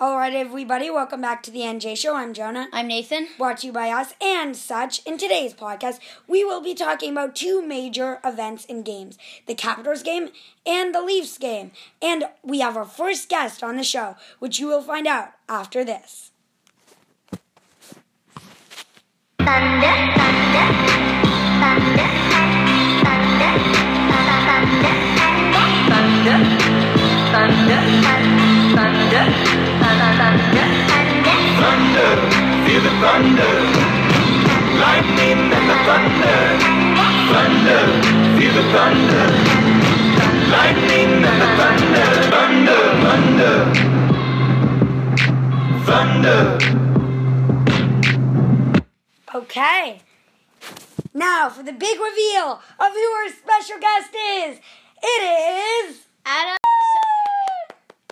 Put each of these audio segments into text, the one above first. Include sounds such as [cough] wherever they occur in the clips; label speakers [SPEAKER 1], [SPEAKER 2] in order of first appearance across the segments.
[SPEAKER 1] All right, everybody, welcome back to the NJ Show. I'm Jonah.
[SPEAKER 2] I'm Nathan.
[SPEAKER 1] Brought to you by us and such. In today's podcast, we will be talking about two major events and games the Capitals game and the Leafs game. And we have our first guest on the show, which you will find out after this.
[SPEAKER 3] Thunder, thunder, thunder, thunder, thunder, thunder,
[SPEAKER 4] thunder, thunder, thunder, thunder, thunder.
[SPEAKER 3] thunder.
[SPEAKER 5] thunder, feel the thunder. Lightning and the thunder. Thunder, feel the thunder. Lightning and the thunder. Thunder, thunder. Thunder.
[SPEAKER 1] Okay. Now for the big reveal of who our special guest is. It is.
[SPEAKER 2] Adam.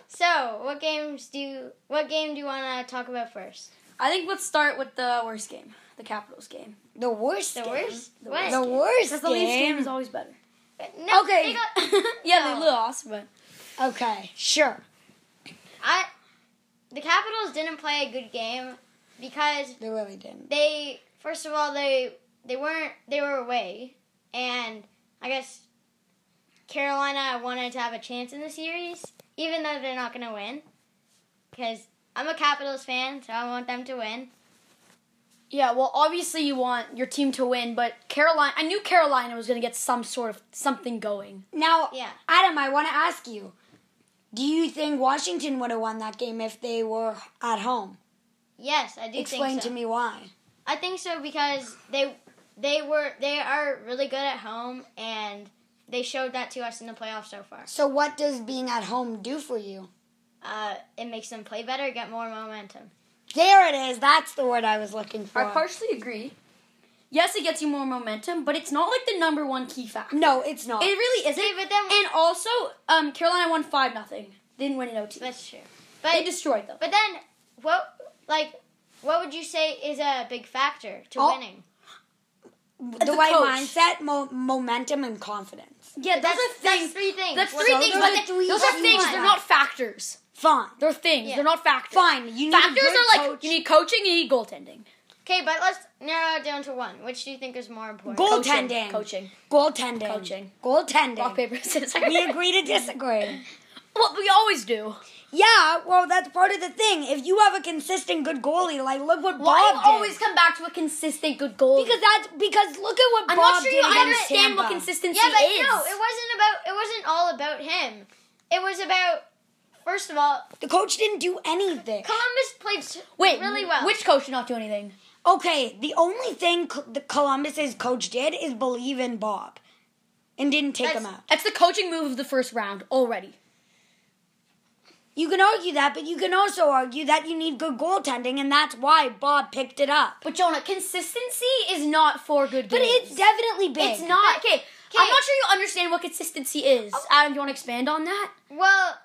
[SPEAKER 2] So, so, what games do you, what game do you want to talk about first?
[SPEAKER 6] I think let's start with the worst game, the Capitals game.
[SPEAKER 1] The worst.
[SPEAKER 2] The
[SPEAKER 1] game.
[SPEAKER 2] worst.
[SPEAKER 1] The
[SPEAKER 2] What?
[SPEAKER 1] worst. The worst
[SPEAKER 6] Because the Leafs game is always better.
[SPEAKER 2] No,
[SPEAKER 1] Okay.
[SPEAKER 6] [laughs]
[SPEAKER 2] they got-
[SPEAKER 6] yeah,
[SPEAKER 2] No.
[SPEAKER 6] they lost, but
[SPEAKER 1] Okay. Sure.
[SPEAKER 2] I, the Capitals didn't play a good game because
[SPEAKER 1] They really didn't.
[SPEAKER 2] they first of all they they weren't they were away and I guess Carolina wanted to have a chance in the series even though they're not going to win because I'm a Capitals fan so I want them to win.
[SPEAKER 6] yeah. Well, obviously you want your team to win, but Carolina. I knew Carolina was going to get some sort of something going.
[SPEAKER 1] Now,
[SPEAKER 2] Yeah.
[SPEAKER 1] Adam, I want to ask you: Do you think Washington would have won that game if they were at home?
[SPEAKER 2] Yes, I do
[SPEAKER 1] Explain
[SPEAKER 2] think so.
[SPEAKER 1] to me why.
[SPEAKER 2] I think so because they they were they are really good at home and they showed that to us in the playoffs so far.
[SPEAKER 1] So, what does being at home do for you?
[SPEAKER 2] Uh, it makes them play better, get more momentum.
[SPEAKER 1] There it is. That's the word I was looking for.
[SPEAKER 6] I partially agree. Yes, it gets you more momentum, but it's not like the number one key factor.
[SPEAKER 1] no, it's not.
[SPEAKER 6] it really isn't.
[SPEAKER 2] See, but then-
[SPEAKER 6] and also, um, Carolina won five nothing. Didn't win an OT.
[SPEAKER 2] That's true.
[SPEAKER 6] They
[SPEAKER 2] But
[SPEAKER 6] destroyed them.
[SPEAKER 2] but then what like what would you say is a big factor to
[SPEAKER 1] Oh,
[SPEAKER 2] winning?
[SPEAKER 1] the,
[SPEAKER 6] the
[SPEAKER 1] right
[SPEAKER 6] coach.
[SPEAKER 1] mindset, mo- momentum, and confidence.
[SPEAKER 6] yeah, those
[SPEAKER 2] That's,
[SPEAKER 6] are
[SPEAKER 2] that's
[SPEAKER 6] things.
[SPEAKER 2] three things.
[SPEAKER 6] That's
[SPEAKER 2] Well,
[SPEAKER 6] three
[SPEAKER 2] those
[SPEAKER 6] things.
[SPEAKER 2] are
[SPEAKER 6] but
[SPEAKER 2] the
[SPEAKER 6] they-
[SPEAKER 1] three
[SPEAKER 6] those are
[SPEAKER 1] key
[SPEAKER 6] things. They're not factors.
[SPEAKER 1] Fine.
[SPEAKER 6] They're things.
[SPEAKER 2] Yeah.
[SPEAKER 6] They're not factors.
[SPEAKER 1] Fine. You need
[SPEAKER 6] Factors
[SPEAKER 1] a good
[SPEAKER 6] are like
[SPEAKER 1] coach.
[SPEAKER 6] you need coaching, you need goaltending,
[SPEAKER 2] Okay, but let's narrow it down to one. Which do you think is more important?
[SPEAKER 1] goaltending,
[SPEAKER 6] coaching,
[SPEAKER 1] goaltending,
[SPEAKER 6] Coaching.
[SPEAKER 1] goaltending.
[SPEAKER 6] rock [laughs] paper scissors.
[SPEAKER 1] We agree to disagree.
[SPEAKER 6] Well, we always do.
[SPEAKER 1] Yeah, well, that's part of the thing. If you have a consistent good goalie, like look what
[SPEAKER 6] Why
[SPEAKER 1] Bob did.
[SPEAKER 6] always come back to a consistent good goal?
[SPEAKER 1] because that's because look at what
[SPEAKER 6] I'm
[SPEAKER 1] Bob
[SPEAKER 6] not sure
[SPEAKER 1] did
[SPEAKER 6] you
[SPEAKER 1] against
[SPEAKER 6] understand
[SPEAKER 1] Tampa.
[SPEAKER 6] what consistency
[SPEAKER 2] Yeah, but
[SPEAKER 6] is.
[SPEAKER 2] no, it wasn't about. It wasn't all about him. It was about first of all,
[SPEAKER 1] The coach didn't do anything.
[SPEAKER 2] Columbus played s-
[SPEAKER 6] Wait,
[SPEAKER 2] really well.
[SPEAKER 6] Which coach did not do anything?
[SPEAKER 1] Okay, the only thing Col- the Columbus's coach did is believe in Bob, and didn't take him
[SPEAKER 2] That's-
[SPEAKER 1] out.
[SPEAKER 6] That's the coaching move of the first round already.
[SPEAKER 1] You can argue that, but you can also argue that you need good goaltending, and that's why Bob picked it up.
[SPEAKER 6] But Jonah, consistency is not for good
[SPEAKER 1] But
[SPEAKER 6] games.
[SPEAKER 1] it's definitely big.
[SPEAKER 6] it's not. Okay, I'm
[SPEAKER 2] okay.
[SPEAKER 6] not sure you understand what consistency is. Adam, do you want to expand on that?
[SPEAKER 2] well,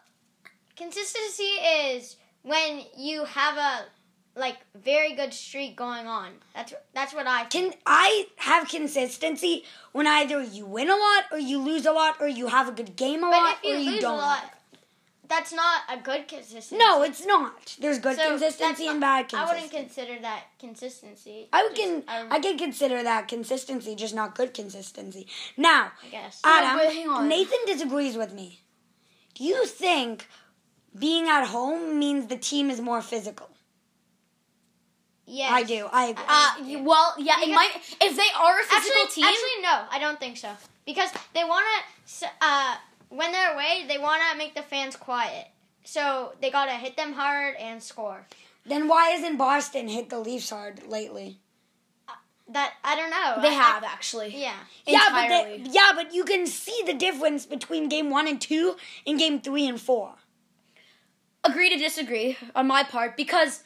[SPEAKER 2] consistency is when you have a like very good streak going on. That's that's what I.
[SPEAKER 1] Can I have consistency when either you win a lot or you lose a lot or you have a good game a lot
[SPEAKER 2] but if
[SPEAKER 1] or
[SPEAKER 2] you
[SPEAKER 1] you
[SPEAKER 2] lose a
[SPEAKER 1] don't?
[SPEAKER 2] lot, that's not a good consistency.
[SPEAKER 1] No, it's not. There's good
[SPEAKER 2] So that's
[SPEAKER 1] consistency
[SPEAKER 2] not-
[SPEAKER 1] and bad
[SPEAKER 2] I wouldn't
[SPEAKER 1] consistency.
[SPEAKER 2] consider that consistency.
[SPEAKER 1] I would
[SPEAKER 2] Just-
[SPEAKER 1] can
[SPEAKER 6] um,
[SPEAKER 2] I would-
[SPEAKER 1] I can consider that consistency, just not good consistency. Now,
[SPEAKER 2] I guess.
[SPEAKER 1] Adam,
[SPEAKER 6] but hang on.
[SPEAKER 1] Nathan disagrees with me. Do you think being at home means the team is more physical?
[SPEAKER 2] Yes.
[SPEAKER 1] I do. I agree.
[SPEAKER 6] Uh, you, well, yeah, it
[SPEAKER 2] Because-
[SPEAKER 6] might. If they are a physical
[SPEAKER 2] actually,
[SPEAKER 6] team,
[SPEAKER 2] Actually, no, I don't think so. Because they want to, uh, when they're away, they want to make the fans quiet. So they got to hit them hard and score.
[SPEAKER 1] then why isn't Boston hit the Leafs hard lately?
[SPEAKER 2] That, I don't know. I-
[SPEAKER 6] they
[SPEAKER 2] I-
[SPEAKER 6] have actually.
[SPEAKER 2] yeah.
[SPEAKER 1] Yeah,
[SPEAKER 6] Entirely.
[SPEAKER 1] but they, yeah, but you can see the difference between game one and two and game three and four.
[SPEAKER 6] agree to disagree on my part because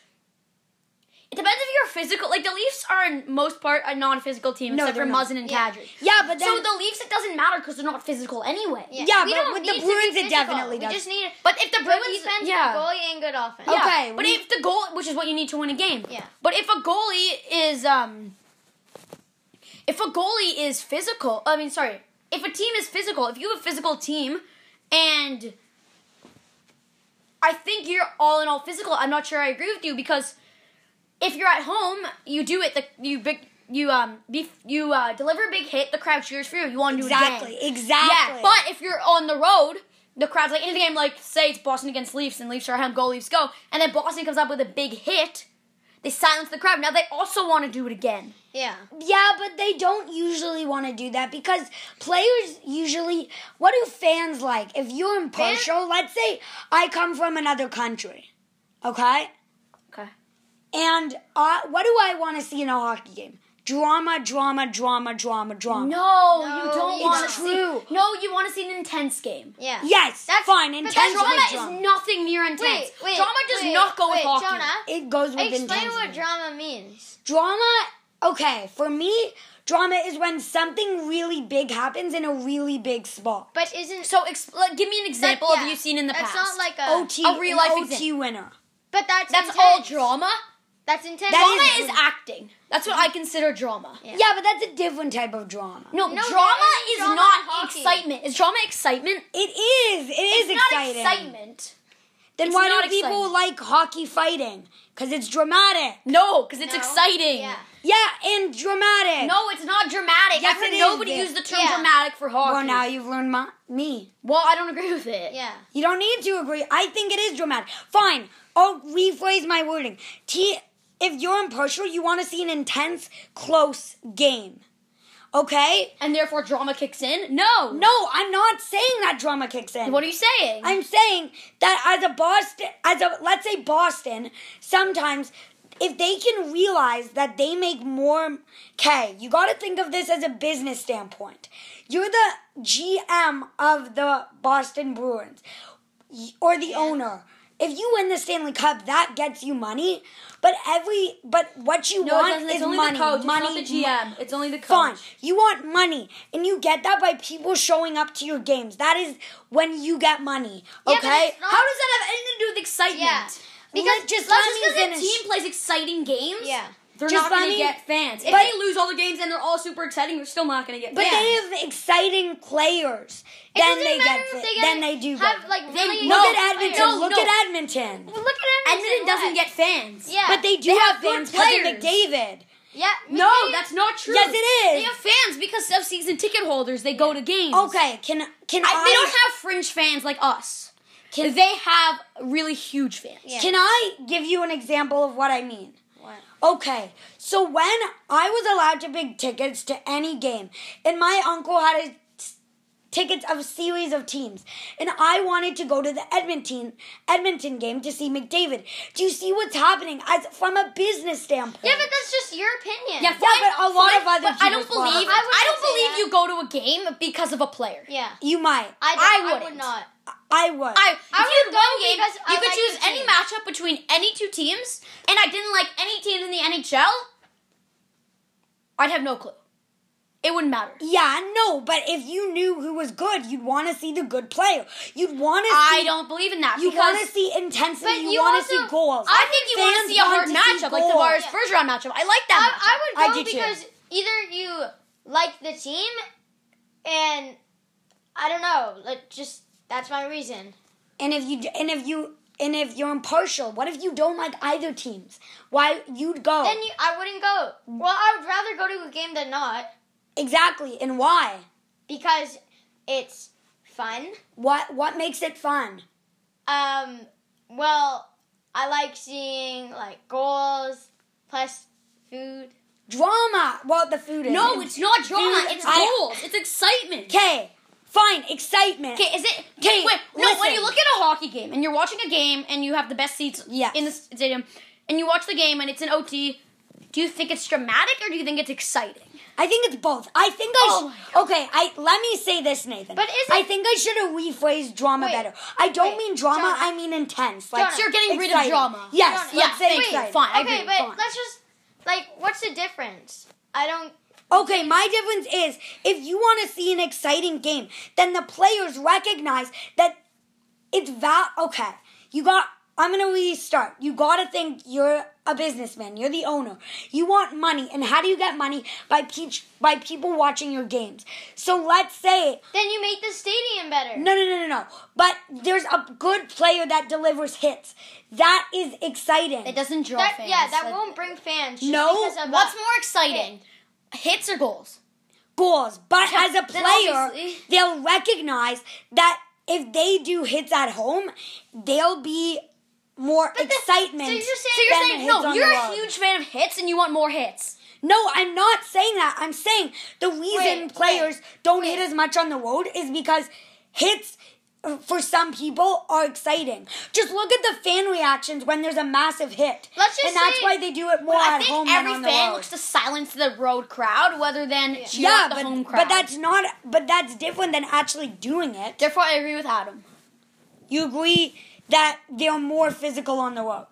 [SPEAKER 6] it depends if you're physical. Like the Leafs are in most part a non-physical team
[SPEAKER 1] No,
[SPEAKER 6] except for
[SPEAKER 1] they're not.
[SPEAKER 6] Muzzin and
[SPEAKER 2] Yeah.
[SPEAKER 6] Kadri.
[SPEAKER 1] Yeah, but then
[SPEAKER 6] so the Leafs it doesn't matter because they're not physical anyway.
[SPEAKER 2] Yeah,
[SPEAKER 1] Yeah,
[SPEAKER 2] we
[SPEAKER 1] but
[SPEAKER 2] don't
[SPEAKER 1] with the
[SPEAKER 2] need to be
[SPEAKER 1] Bruins, it
[SPEAKER 2] physical.
[SPEAKER 1] definitely
[SPEAKER 2] We
[SPEAKER 1] does.
[SPEAKER 2] just need
[SPEAKER 6] But if the
[SPEAKER 2] good
[SPEAKER 6] Bruins,
[SPEAKER 2] defense,
[SPEAKER 6] yeah,
[SPEAKER 2] good goalie, and good offense.
[SPEAKER 6] Yeah.
[SPEAKER 1] Okay,
[SPEAKER 6] But
[SPEAKER 1] we-
[SPEAKER 6] if the goal, which is what you need to win a game.
[SPEAKER 2] Yeah.
[SPEAKER 6] But if a goalie is um, if a goalie is physical, I mean, sorry, if a team is physical, if you have a physical team, and I think you're all in all physical. I'm not sure I agree with you because if you're at home, you do it. The you big you um be, you uh, deliver a big hit. The crowd cheers for you. You want to do it
[SPEAKER 1] Exactly,
[SPEAKER 6] again.
[SPEAKER 1] exactly.
[SPEAKER 6] Yeah, but if you're on the road, the crowd's like in the game. Like say it's Boston against Leafs, and Leafs are at home. Go Leafs, go! And then Boston comes up with a big hit. They silence the crowd. Now they also want to do it again.
[SPEAKER 2] Yeah.
[SPEAKER 1] Yeah, but they don't usually want to do that because players usually. What do fans like? If you're impartial, let's say I come from another country, okay?
[SPEAKER 6] Okay.
[SPEAKER 1] And uh, what do I want to see in a hockey game? Drama, drama, drama, drama, drama.
[SPEAKER 6] No,
[SPEAKER 2] No,
[SPEAKER 6] you don't
[SPEAKER 2] it's
[SPEAKER 6] want to see.
[SPEAKER 1] true.
[SPEAKER 6] No, you want to see an intense game.
[SPEAKER 2] Yeah.
[SPEAKER 1] Yes,
[SPEAKER 2] That's-
[SPEAKER 1] fine.
[SPEAKER 2] but
[SPEAKER 1] Intense
[SPEAKER 2] that's
[SPEAKER 1] with
[SPEAKER 6] Drama
[SPEAKER 2] wait,
[SPEAKER 1] drama.
[SPEAKER 6] is nothing near intense.
[SPEAKER 2] Wait, wait.
[SPEAKER 6] drama does
[SPEAKER 2] wait,
[SPEAKER 6] not go
[SPEAKER 2] wait,
[SPEAKER 6] with hockey.
[SPEAKER 2] Jonah,
[SPEAKER 1] it goes with
[SPEAKER 2] explain
[SPEAKER 1] intensity.
[SPEAKER 2] what drama means.
[SPEAKER 1] Drama, okay, for me, drama is when something really big happens in a really big spot.
[SPEAKER 2] But isn't
[SPEAKER 6] So, ex- like, give me an
[SPEAKER 2] that-
[SPEAKER 6] example
[SPEAKER 2] yeah,
[SPEAKER 6] of you seen in the
[SPEAKER 2] that's
[SPEAKER 6] past.
[SPEAKER 2] not like a
[SPEAKER 1] OT,
[SPEAKER 6] a real
[SPEAKER 1] an
[SPEAKER 6] life
[SPEAKER 1] OT
[SPEAKER 6] example.
[SPEAKER 1] winner.
[SPEAKER 2] But that's
[SPEAKER 6] that's
[SPEAKER 2] intense.
[SPEAKER 6] all drama.
[SPEAKER 2] That's intense.
[SPEAKER 1] That
[SPEAKER 6] Drama
[SPEAKER 1] is-
[SPEAKER 6] is acting. That's what I consider drama.
[SPEAKER 2] Yeah.
[SPEAKER 1] Yeah, but that's a different type of drama.
[SPEAKER 6] No,
[SPEAKER 2] No,
[SPEAKER 6] drama
[SPEAKER 2] that
[SPEAKER 6] is
[SPEAKER 2] isn't drama in
[SPEAKER 6] not
[SPEAKER 2] hockey.
[SPEAKER 6] excitement. Is drama excitement?
[SPEAKER 1] It is. It is
[SPEAKER 6] it's
[SPEAKER 1] exciting.
[SPEAKER 6] not excitement.
[SPEAKER 1] Then
[SPEAKER 6] It's
[SPEAKER 1] why
[SPEAKER 6] not
[SPEAKER 1] do people
[SPEAKER 6] exciting.
[SPEAKER 1] like hockey fighting? Because it's dramatic.
[SPEAKER 6] No, because it's
[SPEAKER 2] No.
[SPEAKER 6] exciting.
[SPEAKER 2] Yeah.
[SPEAKER 1] Yeah, and dramatic.
[SPEAKER 6] No, it's not dramatic.
[SPEAKER 1] Yes,
[SPEAKER 6] I've
[SPEAKER 1] it
[SPEAKER 6] heard
[SPEAKER 1] is.
[SPEAKER 6] nobody use the term
[SPEAKER 2] Yeah.
[SPEAKER 6] dramatic for hockey.
[SPEAKER 1] Well, now you've learned my, me.
[SPEAKER 6] Well, I don't agree with it.
[SPEAKER 2] Yeah.
[SPEAKER 1] You don't need to agree. I think it is dramatic. Fine. I'll rephrase my wording. T. If you're impartial, you want to see an intense, close game. Okay?
[SPEAKER 6] And therefore, drama kicks in. No,
[SPEAKER 1] No, I'm not saying that drama kicks in.
[SPEAKER 6] What are you saying?
[SPEAKER 1] I'm saying that as a Boston, as a let's say Boston, sometimes if they can realize that they make more, okay, you got to think of this as a business standpoint. You're the GM of the Boston Bruins y- or the owner. If you win the Stanley Cup, that gets you money. But every but what you
[SPEAKER 6] no, it
[SPEAKER 1] want
[SPEAKER 6] doesn't.
[SPEAKER 1] is
[SPEAKER 6] It's only
[SPEAKER 1] money,
[SPEAKER 6] the coach.
[SPEAKER 1] money,
[SPEAKER 6] it's not the GM. It's only the coach.
[SPEAKER 1] fun. You want money, and you get that by people showing up to your games. That is when you get money.
[SPEAKER 6] Yeah,
[SPEAKER 1] Okay,
[SPEAKER 6] but it's not- How does that have anything to do with excitement?
[SPEAKER 2] Yeah.
[SPEAKER 1] Because just
[SPEAKER 6] Like,
[SPEAKER 1] let me
[SPEAKER 6] just because
[SPEAKER 1] finish.
[SPEAKER 6] the team plays exciting games,
[SPEAKER 2] Yeah.
[SPEAKER 6] they're
[SPEAKER 1] Just
[SPEAKER 6] not going
[SPEAKER 1] let me-
[SPEAKER 6] to get fans. If
[SPEAKER 1] but-
[SPEAKER 6] they lose all the games and they're all super exciting, they're still not going to get
[SPEAKER 1] but
[SPEAKER 6] fans.
[SPEAKER 1] they have exciting players.
[SPEAKER 2] It
[SPEAKER 1] then
[SPEAKER 2] doesn't
[SPEAKER 1] they
[SPEAKER 2] matter
[SPEAKER 1] get,
[SPEAKER 2] if
[SPEAKER 1] it.
[SPEAKER 2] they get
[SPEAKER 1] then they do.
[SPEAKER 2] have
[SPEAKER 1] get it.
[SPEAKER 2] like
[SPEAKER 6] They-
[SPEAKER 2] really
[SPEAKER 1] look
[SPEAKER 6] no,
[SPEAKER 1] at Edmonton.
[SPEAKER 6] no,
[SPEAKER 1] look
[SPEAKER 6] no.
[SPEAKER 1] at Edmonton.
[SPEAKER 2] Well, look at Edmonton.
[SPEAKER 6] Edmonton doesn't
[SPEAKER 2] what?
[SPEAKER 6] get fans.
[SPEAKER 2] Yeah.
[SPEAKER 1] But they do
[SPEAKER 6] They
[SPEAKER 1] have,
[SPEAKER 6] have good
[SPEAKER 1] fans because of
[SPEAKER 6] players.
[SPEAKER 1] McDavid.
[SPEAKER 2] Yeah.
[SPEAKER 6] No,
[SPEAKER 2] maybe-
[SPEAKER 6] that's not true.
[SPEAKER 1] Yes, it is.
[SPEAKER 6] They have fans because of season ticket holders. They go to games.
[SPEAKER 1] Okay, can can I?
[SPEAKER 6] I, they don't have fringe fans like us. they have really huge fans.
[SPEAKER 2] Yeah.
[SPEAKER 1] Can I give you an example of what I mean?
[SPEAKER 2] What?
[SPEAKER 1] Okay, so when I was allowed to big tickets to any game, and my uncle had his t- tickets of a series of teams, and I wanted to go to the Edmonton Edmonton game to see McDavid. Do you see what's happening as from a business standpoint?
[SPEAKER 2] Yeah, but that's just your opinion.
[SPEAKER 6] Yeah,
[SPEAKER 1] Yeah, but a lot
[SPEAKER 6] fine,
[SPEAKER 1] of other
[SPEAKER 6] but I don't
[SPEAKER 1] people's
[SPEAKER 6] believe
[SPEAKER 2] problems. I wouldn't
[SPEAKER 6] I don't
[SPEAKER 2] say
[SPEAKER 6] believe
[SPEAKER 2] that.
[SPEAKER 6] you go to a game because of a player.
[SPEAKER 2] Yeah.
[SPEAKER 1] you might.
[SPEAKER 2] I,
[SPEAKER 6] I
[SPEAKER 2] I, would
[SPEAKER 6] wouldn't.
[SPEAKER 2] not.
[SPEAKER 1] I would.
[SPEAKER 6] I,
[SPEAKER 2] I
[SPEAKER 6] if you had
[SPEAKER 2] would go
[SPEAKER 6] one game,
[SPEAKER 2] because I
[SPEAKER 6] you could
[SPEAKER 2] like
[SPEAKER 6] choose
[SPEAKER 2] the
[SPEAKER 6] any
[SPEAKER 2] team.
[SPEAKER 6] matchup between any two teams, and I didn't like any teams in the NHL. I'd have no clue. It wouldn't matter.
[SPEAKER 1] yeah, no, but if you knew who was good, you'd want to see the good player. You'd want to.
[SPEAKER 6] I
[SPEAKER 1] see,
[SPEAKER 6] don't believe in that
[SPEAKER 1] You
[SPEAKER 6] because
[SPEAKER 1] want to see intensity.
[SPEAKER 2] But
[SPEAKER 1] you
[SPEAKER 2] you
[SPEAKER 1] want to
[SPEAKER 2] also-
[SPEAKER 1] see goals.
[SPEAKER 6] I think you want
[SPEAKER 1] Fans
[SPEAKER 6] to see a
[SPEAKER 1] want
[SPEAKER 6] hard
[SPEAKER 1] to see
[SPEAKER 6] matchup, like
[SPEAKER 1] goals.
[SPEAKER 6] Tavares'
[SPEAKER 2] Yeah.
[SPEAKER 6] first round matchup. I like
[SPEAKER 2] I,
[SPEAKER 6] that.
[SPEAKER 2] I would
[SPEAKER 1] I
[SPEAKER 2] go
[SPEAKER 1] do too.
[SPEAKER 2] because either you like the team, and I don't know. Like, just that's my reason.
[SPEAKER 1] And if you and if you and if you're impartial, what if you don't like either teams? Why you'd go?
[SPEAKER 2] Then you, I wouldn't go. Well, I would rather go to a game than not
[SPEAKER 1] exactly. And why?
[SPEAKER 2] because it's fun.
[SPEAKER 1] What what makes it fun?
[SPEAKER 2] Um, well, I like seeing like goals plus food.
[SPEAKER 1] Drama. Well, the food is.
[SPEAKER 6] no, it's not drama.
[SPEAKER 1] Dude,
[SPEAKER 6] It's
[SPEAKER 1] I-
[SPEAKER 6] goals. It's excitement.
[SPEAKER 1] okay. Fine, excitement.
[SPEAKER 6] Okay, is it?
[SPEAKER 1] 'Kay,
[SPEAKER 6] wait, no. When
[SPEAKER 1] listen.
[SPEAKER 6] you look at a hockey game and you're watching a game and you have the best seats
[SPEAKER 1] Yes.
[SPEAKER 6] in the stadium, and you watch the game and it's an OT, do you think it's dramatic or do you think it's exciting?
[SPEAKER 1] I think it's both. I think I.
[SPEAKER 6] Oh
[SPEAKER 1] sh- okay, I let me say this, Nathan.
[SPEAKER 2] But isn't-
[SPEAKER 1] I think I should have rephrased drama
[SPEAKER 2] Wait,
[SPEAKER 1] better. I don't
[SPEAKER 2] wait,
[SPEAKER 1] mean drama.
[SPEAKER 2] Jonah.
[SPEAKER 1] I mean intense. Like
[SPEAKER 2] Jonah.
[SPEAKER 6] So you're getting rid of
[SPEAKER 1] exciting.
[SPEAKER 6] drama.
[SPEAKER 1] Yes.
[SPEAKER 6] Jonah.
[SPEAKER 1] let's
[SPEAKER 6] Yeah,
[SPEAKER 1] say
[SPEAKER 6] wait,
[SPEAKER 1] exciting.
[SPEAKER 6] fine. I
[SPEAKER 2] okay,
[SPEAKER 6] agree,
[SPEAKER 2] but
[SPEAKER 6] fine.
[SPEAKER 2] let's just like, what's the difference? I don't.
[SPEAKER 1] Okay, my difference is if you want to see an exciting game, then the players recognize that it's val. Okay, you got I'm gonna restart. You gotta think you're a businessman. You're the owner. You want money, and how do you get money by peach by people watching your games? So let's say
[SPEAKER 2] Then you make the stadium better.
[SPEAKER 1] no, no, no, no, no. But there's a good player that delivers hits. That is exciting.
[SPEAKER 6] It doesn't draw
[SPEAKER 2] That-
[SPEAKER 6] fans.
[SPEAKER 2] yeah, that won't bring fans. just
[SPEAKER 1] No,
[SPEAKER 2] because of
[SPEAKER 6] What's
[SPEAKER 2] that.
[SPEAKER 6] more exciting, hits or goals?
[SPEAKER 1] goals, but as a
[SPEAKER 2] then
[SPEAKER 1] player,
[SPEAKER 2] obviously-
[SPEAKER 1] they'll recognize that if they do hits at home, they'll be more
[SPEAKER 2] the-
[SPEAKER 1] excitement.
[SPEAKER 2] so you're saying-
[SPEAKER 6] So you're
[SPEAKER 1] than
[SPEAKER 6] saying
[SPEAKER 1] hits
[SPEAKER 6] no?
[SPEAKER 1] on
[SPEAKER 6] You're
[SPEAKER 1] the
[SPEAKER 6] a
[SPEAKER 1] road.
[SPEAKER 6] huge fan of hits, and you want more hits.
[SPEAKER 1] No, I'm not saying that. I'm saying the reason
[SPEAKER 2] Wait,
[SPEAKER 1] players don't hit
[SPEAKER 2] wait.
[SPEAKER 1] as much on the road is because hits uh, for some people are exciting. Just look at the fan reactions when there's a massive hit.
[SPEAKER 2] Let's just
[SPEAKER 1] and that's
[SPEAKER 2] say-
[SPEAKER 1] why they do it more
[SPEAKER 6] I
[SPEAKER 1] at
[SPEAKER 6] think
[SPEAKER 1] home
[SPEAKER 6] every
[SPEAKER 1] than on the
[SPEAKER 6] fan
[SPEAKER 1] road.
[SPEAKER 6] looks to silence the road crowd, rather than cheer
[SPEAKER 1] yeah,
[SPEAKER 6] up the
[SPEAKER 1] but,
[SPEAKER 6] home
[SPEAKER 1] but
[SPEAKER 6] crowd.
[SPEAKER 1] that's not but that's different than actually doing it.
[SPEAKER 6] therefore I agree with Adam.
[SPEAKER 1] You agree that they're more physical on the road.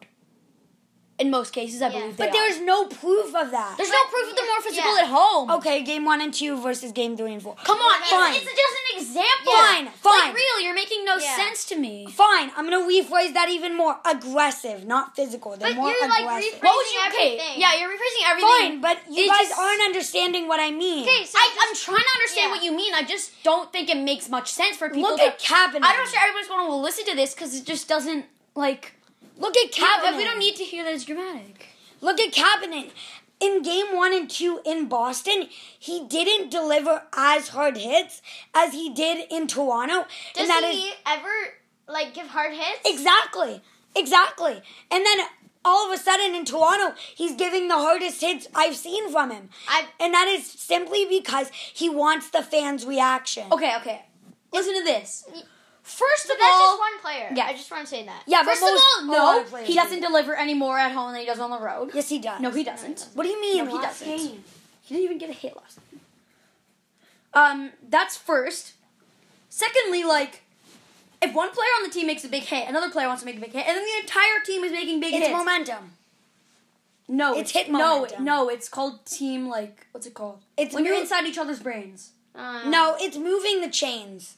[SPEAKER 6] In most cases, I
[SPEAKER 2] Yeah.
[SPEAKER 6] believe.
[SPEAKER 1] But
[SPEAKER 6] they are.
[SPEAKER 1] there's no proof of that.
[SPEAKER 6] there's
[SPEAKER 2] But-
[SPEAKER 6] no proof of the more physical
[SPEAKER 2] yeah.
[SPEAKER 6] at home.
[SPEAKER 1] okay, game one and two versus game three and four.
[SPEAKER 6] Come on, it's-
[SPEAKER 1] Oh, fine.
[SPEAKER 6] It's, just an example.
[SPEAKER 1] Fine, fine.
[SPEAKER 6] Like real, you're making no
[SPEAKER 2] Yeah.
[SPEAKER 6] sense to me.
[SPEAKER 1] Fine, I'm gonna rephrase that even more. Aggressive, not physical. They're
[SPEAKER 2] But
[SPEAKER 1] more
[SPEAKER 2] you're, like,
[SPEAKER 1] aggressive.
[SPEAKER 2] rephrasing-
[SPEAKER 6] What would you? Okay,
[SPEAKER 2] everything.
[SPEAKER 6] yeah, you're rephrasing everything.
[SPEAKER 1] Fine, but you
[SPEAKER 6] It
[SPEAKER 1] guys
[SPEAKER 6] just-
[SPEAKER 1] aren't understanding what I mean.
[SPEAKER 2] Okay, so
[SPEAKER 6] I, I'm
[SPEAKER 2] just-
[SPEAKER 6] trying to understand
[SPEAKER 2] yeah.
[SPEAKER 6] what you mean. I just don't think it makes much sense for people.
[SPEAKER 1] Look
[SPEAKER 6] to,
[SPEAKER 1] at Kavanagh.
[SPEAKER 6] I don't sure everybody's going to listen to this because it just doesn't like.
[SPEAKER 1] Look at Kapanen.
[SPEAKER 6] We don't need to hear that it's dramatic.
[SPEAKER 1] Look at Kapanen. In game one and two in Boston, he didn't deliver as hard hits as he did in Toronto.
[SPEAKER 2] Does
[SPEAKER 1] and that is
[SPEAKER 2] he ever like give hard hits?
[SPEAKER 1] Exactly. Exactly. And then all of a sudden in Toronto, he's giving the hardest hits I've seen from him.
[SPEAKER 2] I-
[SPEAKER 1] and that is simply because he wants the fans' reaction.
[SPEAKER 6] Okay, okay. Listen to this. First
[SPEAKER 2] But
[SPEAKER 6] of
[SPEAKER 2] that's
[SPEAKER 6] all,
[SPEAKER 2] just one player.
[SPEAKER 6] yeah.
[SPEAKER 2] I just want to say that.
[SPEAKER 1] Yeah, but
[SPEAKER 6] first of
[SPEAKER 1] most- a
[SPEAKER 6] all,
[SPEAKER 1] lot
[SPEAKER 6] no,
[SPEAKER 1] of players
[SPEAKER 6] he
[SPEAKER 1] do
[SPEAKER 6] doesn't deliver any more at home than he does on the road.
[SPEAKER 1] Yes, he does.
[SPEAKER 6] No, he doesn't.
[SPEAKER 1] What do you mean?
[SPEAKER 6] No, he doesn't. He didn't even get a hit last night. Um, that's first. Secondly, like, if one player on the team makes a big hit, another player wants to make a big hit, and then the entire team is making big
[SPEAKER 1] It's
[SPEAKER 6] hits.
[SPEAKER 1] momentum.
[SPEAKER 6] no,
[SPEAKER 1] it's hit
[SPEAKER 6] no,
[SPEAKER 1] momentum.
[SPEAKER 6] no. It's called team. Like, what's it called?
[SPEAKER 1] It's
[SPEAKER 6] when you're
[SPEAKER 1] mo-
[SPEAKER 6] inside each other's brains.
[SPEAKER 2] Um,
[SPEAKER 1] No, it's moving the chains.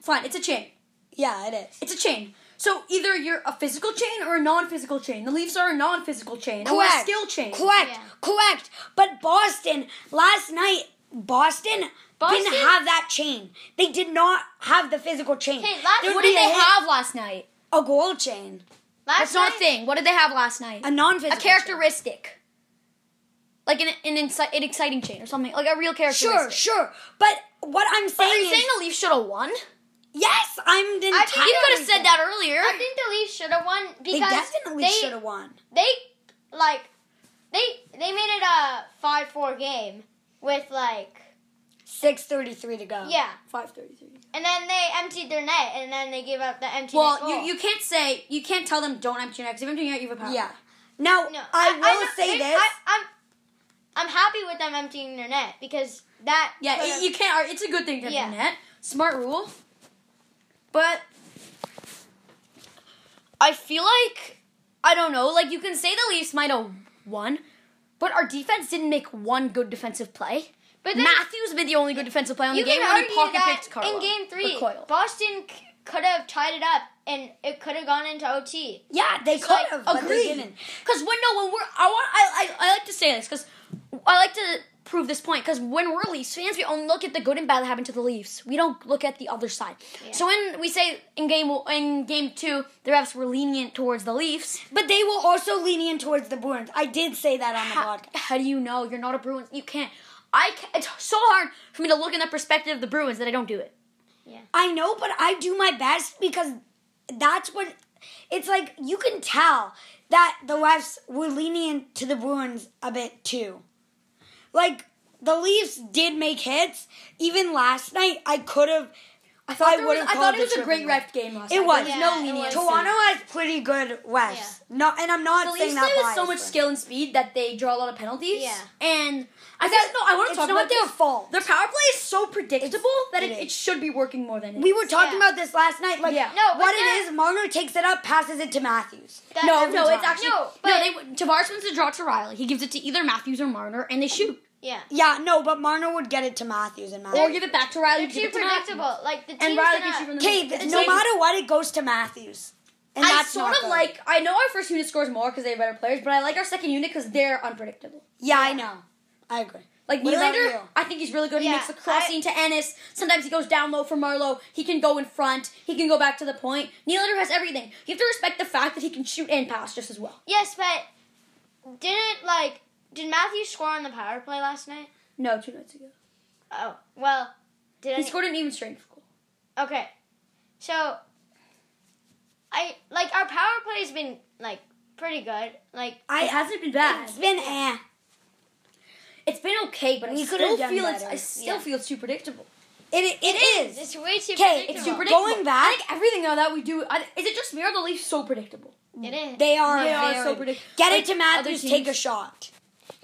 [SPEAKER 6] Fine, it's a chain.
[SPEAKER 1] Yeah, it is.
[SPEAKER 6] It's a chain. So either you're a physical chain or a non-physical chain. The Leafs are a non-physical chain or a
[SPEAKER 1] Correct.
[SPEAKER 6] skill chain.
[SPEAKER 1] Correct.
[SPEAKER 2] Yeah.
[SPEAKER 1] Correct. But Boston last night, Boston,
[SPEAKER 2] Boston-
[SPEAKER 1] didn't have that chain. They did not have the physical chain.
[SPEAKER 2] Okay, last-
[SPEAKER 1] There'd
[SPEAKER 6] What
[SPEAKER 1] be
[SPEAKER 6] did
[SPEAKER 1] a
[SPEAKER 6] they
[SPEAKER 1] hit-
[SPEAKER 6] have last night?
[SPEAKER 1] A goal chain.
[SPEAKER 2] last
[SPEAKER 6] That's not a
[SPEAKER 2] night-
[SPEAKER 6] thing. What did they have last night?
[SPEAKER 1] A non-physical.
[SPEAKER 6] a
[SPEAKER 1] chain.
[SPEAKER 6] characteristic, like an an, inci- an exciting chain or something, like a real characteristic.
[SPEAKER 1] Sure, sure. But what I'm
[SPEAKER 6] But
[SPEAKER 1] saying
[SPEAKER 6] are you
[SPEAKER 1] is,
[SPEAKER 6] saying the Leafs should have won?
[SPEAKER 1] yes, I'm the
[SPEAKER 2] I think
[SPEAKER 1] entire
[SPEAKER 6] You could have said
[SPEAKER 1] reason.
[SPEAKER 6] that earlier.
[SPEAKER 2] I think the Leafs should have won
[SPEAKER 1] They
[SPEAKER 2] because
[SPEAKER 1] definitely
[SPEAKER 2] they-
[SPEAKER 1] should have won.
[SPEAKER 2] They like they they made it a five four game with like
[SPEAKER 1] Six thirty-three to go.
[SPEAKER 2] yeah,
[SPEAKER 6] Five thirty-three.
[SPEAKER 2] and then they emptied their net and then they gave up the empty net
[SPEAKER 6] Well,
[SPEAKER 2] goal.
[SPEAKER 6] you, you can't say you can't tell them don't empty your net. 'cause If you empty your net, you have a power.
[SPEAKER 1] yeah. Now
[SPEAKER 2] No,
[SPEAKER 1] I will
[SPEAKER 2] don't-
[SPEAKER 1] say
[SPEAKER 2] dude,
[SPEAKER 1] this.
[SPEAKER 2] I, I'm I'm happy with them emptying their net because that
[SPEAKER 6] yeah.
[SPEAKER 2] could've-
[SPEAKER 6] it- you can't. ar- It's a good thing to empty
[SPEAKER 2] Yeah.
[SPEAKER 6] your net. Smart rule. But I feel like I don't know. Like you can say the Leafs might have won, but our defense didn't make one good defensive play.
[SPEAKER 2] but then
[SPEAKER 6] Matthews made the only good defensive play on
[SPEAKER 2] you
[SPEAKER 6] the game
[SPEAKER 2] can
[SPEAKER 6] when
[SPEAKER 2] argue
[SPEAKER 6] he pocket
[SPEAKER 2] that
[SPEAKER 6] picked Carlo.
[SPEAKER 2] in game three,
[SPEAKER 6] or Coyle.
[SPEAKER 2] Boston c- could have tied it up and it could have gone into OT.
[SPEAKER 1] yeah, they could
[SPEAKER 6] Like,
[SPEAKER 1] have, but they
[SPEAKER 6] agree.
[SPEAKER 1] didn't.
[SPEAKER 6] Because when no, when we're, I want, I, I, I like to say this because I like to prove this point. Because when we're Leafs fans, we only look at the good and bad that happened to the Leafs. We don't look at the other side. So when we say in game in game two, the refs were lenient towards the Leafs.
[SPEAKER 1] But they were also lenient towards the Bruins. I did say that on the
[SPEAKER 6] How,
[SPEAKER 1] podcast.
[SPEAKER 6] how do you know you're not a Bruins? You can't. I. Can, it's so hard for me to look in the perspective of the Bruins that I don't do it.
[SPEAKER 1] I know, but I do my best because that's what it's like. You can tell that the refs were lenient to the Bruins a bit too. Like the Leafs did make hits. Even last night, I could have. I thought
[SPEAKER 6] there was-
[SPEAKER 1] would've
[SPEAKER 6] I thought
[SPEAKER 1] called
[SPEAKER 6] it
[SPEAKER 1] the
[SPEAKER 6] was a
[SPEAKER 1] tripping
[SPEAKER 6] great
[SPEAKER 1] one.
[SPEAKER 6] ref game last
[SPEAKER 1] It
[SPEAKER 6] night.
[SPEAKER 1] was
[SPEAKER 6] There was
[SPEAKER 2] no
[SPEAKER 1] no
[SPEAKER 2] leniency.
[SPEAKER 1] Toronto has pretty good refs.
[SPEAKER 2] Yeah.
[SPEAKER 1] No, and I'm not
[SPEAKER 6] The Leafs
[SPEAKER 1] saying
[SPEAKER 6] play
[SPEAKER 1] that
[SPEAKER 6] with so much
[SPEAKER 1] biasly.
[SPEAKER 6] skill and speed that they draw a lot of penalties.
[SPEAKER 2] Yeah.
[SPEAKER 6] And I guess no, I want to
[SPEAKER 1] it's
[SPEAKER 6] talk
[SPEAKER 1] not
[SPEAKER 6] about
[SPEAKER 1] their
[SPEAKER 6] this.
[SPEAKER 1] fault.
[SPEAKER 6] Their power play is so predictable that
[SPEAKER 1] it
[SPEAKER 6] it,
[SPEAKER 1] is.
[SPEAKER 6] it should be working more than it
[SPEAKER 1] We
[SPEAKER 6] is.
[SPEAKER 1] were talking
[SPEAKER 2] Yeah.
[SPEAKER 1] about this last night. Like,
[SPEAKER 6] Yeah.
[SPEAKER 2] No, but
[SPEAKER 1] what
[SPEAKER 2] that-
[SPEAKER 1] it is, Marner takes it up, passes it to Matthews.
[SPEAKER 2] That-
[SPEAKER 6] no,
[SPEAKER 1] every
[SPEAKER 6] no, it's
[SPEAKER 1] time.
[SPEAKER 6] actually
[SPEAKER 2] No,
[SPEAKER 6] no.
[SPEAKER 2] but-
[SPEAKER 6] they Tavares wants to draw to Riley. He gives it to either Matthews or Marner, and they shoot
[SPEAKER 2] yeah.
[SPEAKER 1] Yeah, no, but Marner would get it to Matthews and Matthews.
[SPEAKER 6] or give it back to Riley.
[SPEAKER 2] They're
[SPEAKER 6] give
[SPEAKER 2] too
[SPEAKER 6] it to Matthews.
[SPEAKER 2] predictable. Like the team's
[SPEAKER 6] And Riley
[SPEAKER 2] gonna,
[SPEAKER 6] can shoot from the
[SPEAKER 1] Okay,
[SPEAKER 6] It's
[SPEAKER 1] no
[SPEAKER 6] like-
[SPEAKER 1] matter what, it goes to Matthews. And
[SPEAKER 6] I
[SPEAKER 1] that's
[SPEAKER 6] sort
[SPEAKER 1] not
[SPEAKER 6] of
[SPEAKER 1] good.
[SPEAKER 6] like. I know our first unit scores more because they have better players, but I like our second unit because they're unpredictable.
[SPEAKER 1] Yeah, I know. I agree.
[SPEAKER 6] Like
[SPEAKER 1] What about
[SPEAKER 6] Nylander,
[SPEAKER 1] you?
[SPEAKER 6] I think he's really good. he
[SPEAKER 2] Yeah,
[SPEAKER 6] makes the crossing to Ennis. Sometimes he goes down low for Marlowe. He can go in front. He can go back to the point. Nylander has everything. You have to respect the fact that he can shoot and pass just as well.
[SPEAKER 2] Yes, but didn't like did Matthew score on the power play last night?
[SPEAKER 6] No, two nights ago,
[SPEAKER 2] Oh well, did
[SPEAKER 6] he
[SPEAKER 2] any-
[SPEAKER 6] scored an even strength goal.
[SPEAKER 2] Okay, so I like our power play's been like pretty good. Like
[SPEAKER 1] I
[SPEAKER 6] it hasn't been bad.
[SPEAKER 1] It's been eh.
[SPEAKER 6] It's been okay, but
[SPEAKER 1] We
[SPEAKER 6] I
[SPEAKER 1] could've
[SPEAKER 6] still
[SPEAKER 1] done
[SPEAKER 6] feel it's.
[SPEAKER 1] better.
[SPEAKER 6] I still
[SPEAKER 2] Yeah.
[SPEAKER 6] feel it's too predictable.
[SPEAKER 1] It, it is.
[SPEAKER 2] it's way too
[SPEAKER 1] 'Kay,
[SPEAKER 2] predictable.
[SPEAKER 1] it's
[SPEAKER 6] It's
[SPEAKER 1] too
[SPEAKER 6] too
[SPEAKER 1] Well,
[SPEAKER 6] predictable.
[SPEAKER 1] going back-
[SPEAKER 6] I think everything though that we do. I, is it just me or the Leafs so predictable?
[SPEAKER 2] It is.
[SPEAKER 1] They are.
[SPEAKER 6] They are
[SPEAKER 1] very-
[SPEAKER 6] so predict-
[SPEAKER 1] Get
[SPEAKER 6] like,
[SPEAKER 1] it to
[SPEAKER 6] other
[SPEAKER 1] Matthews. Take a
[SPEAKER 6] teams-
[SPEAKER 1] shot.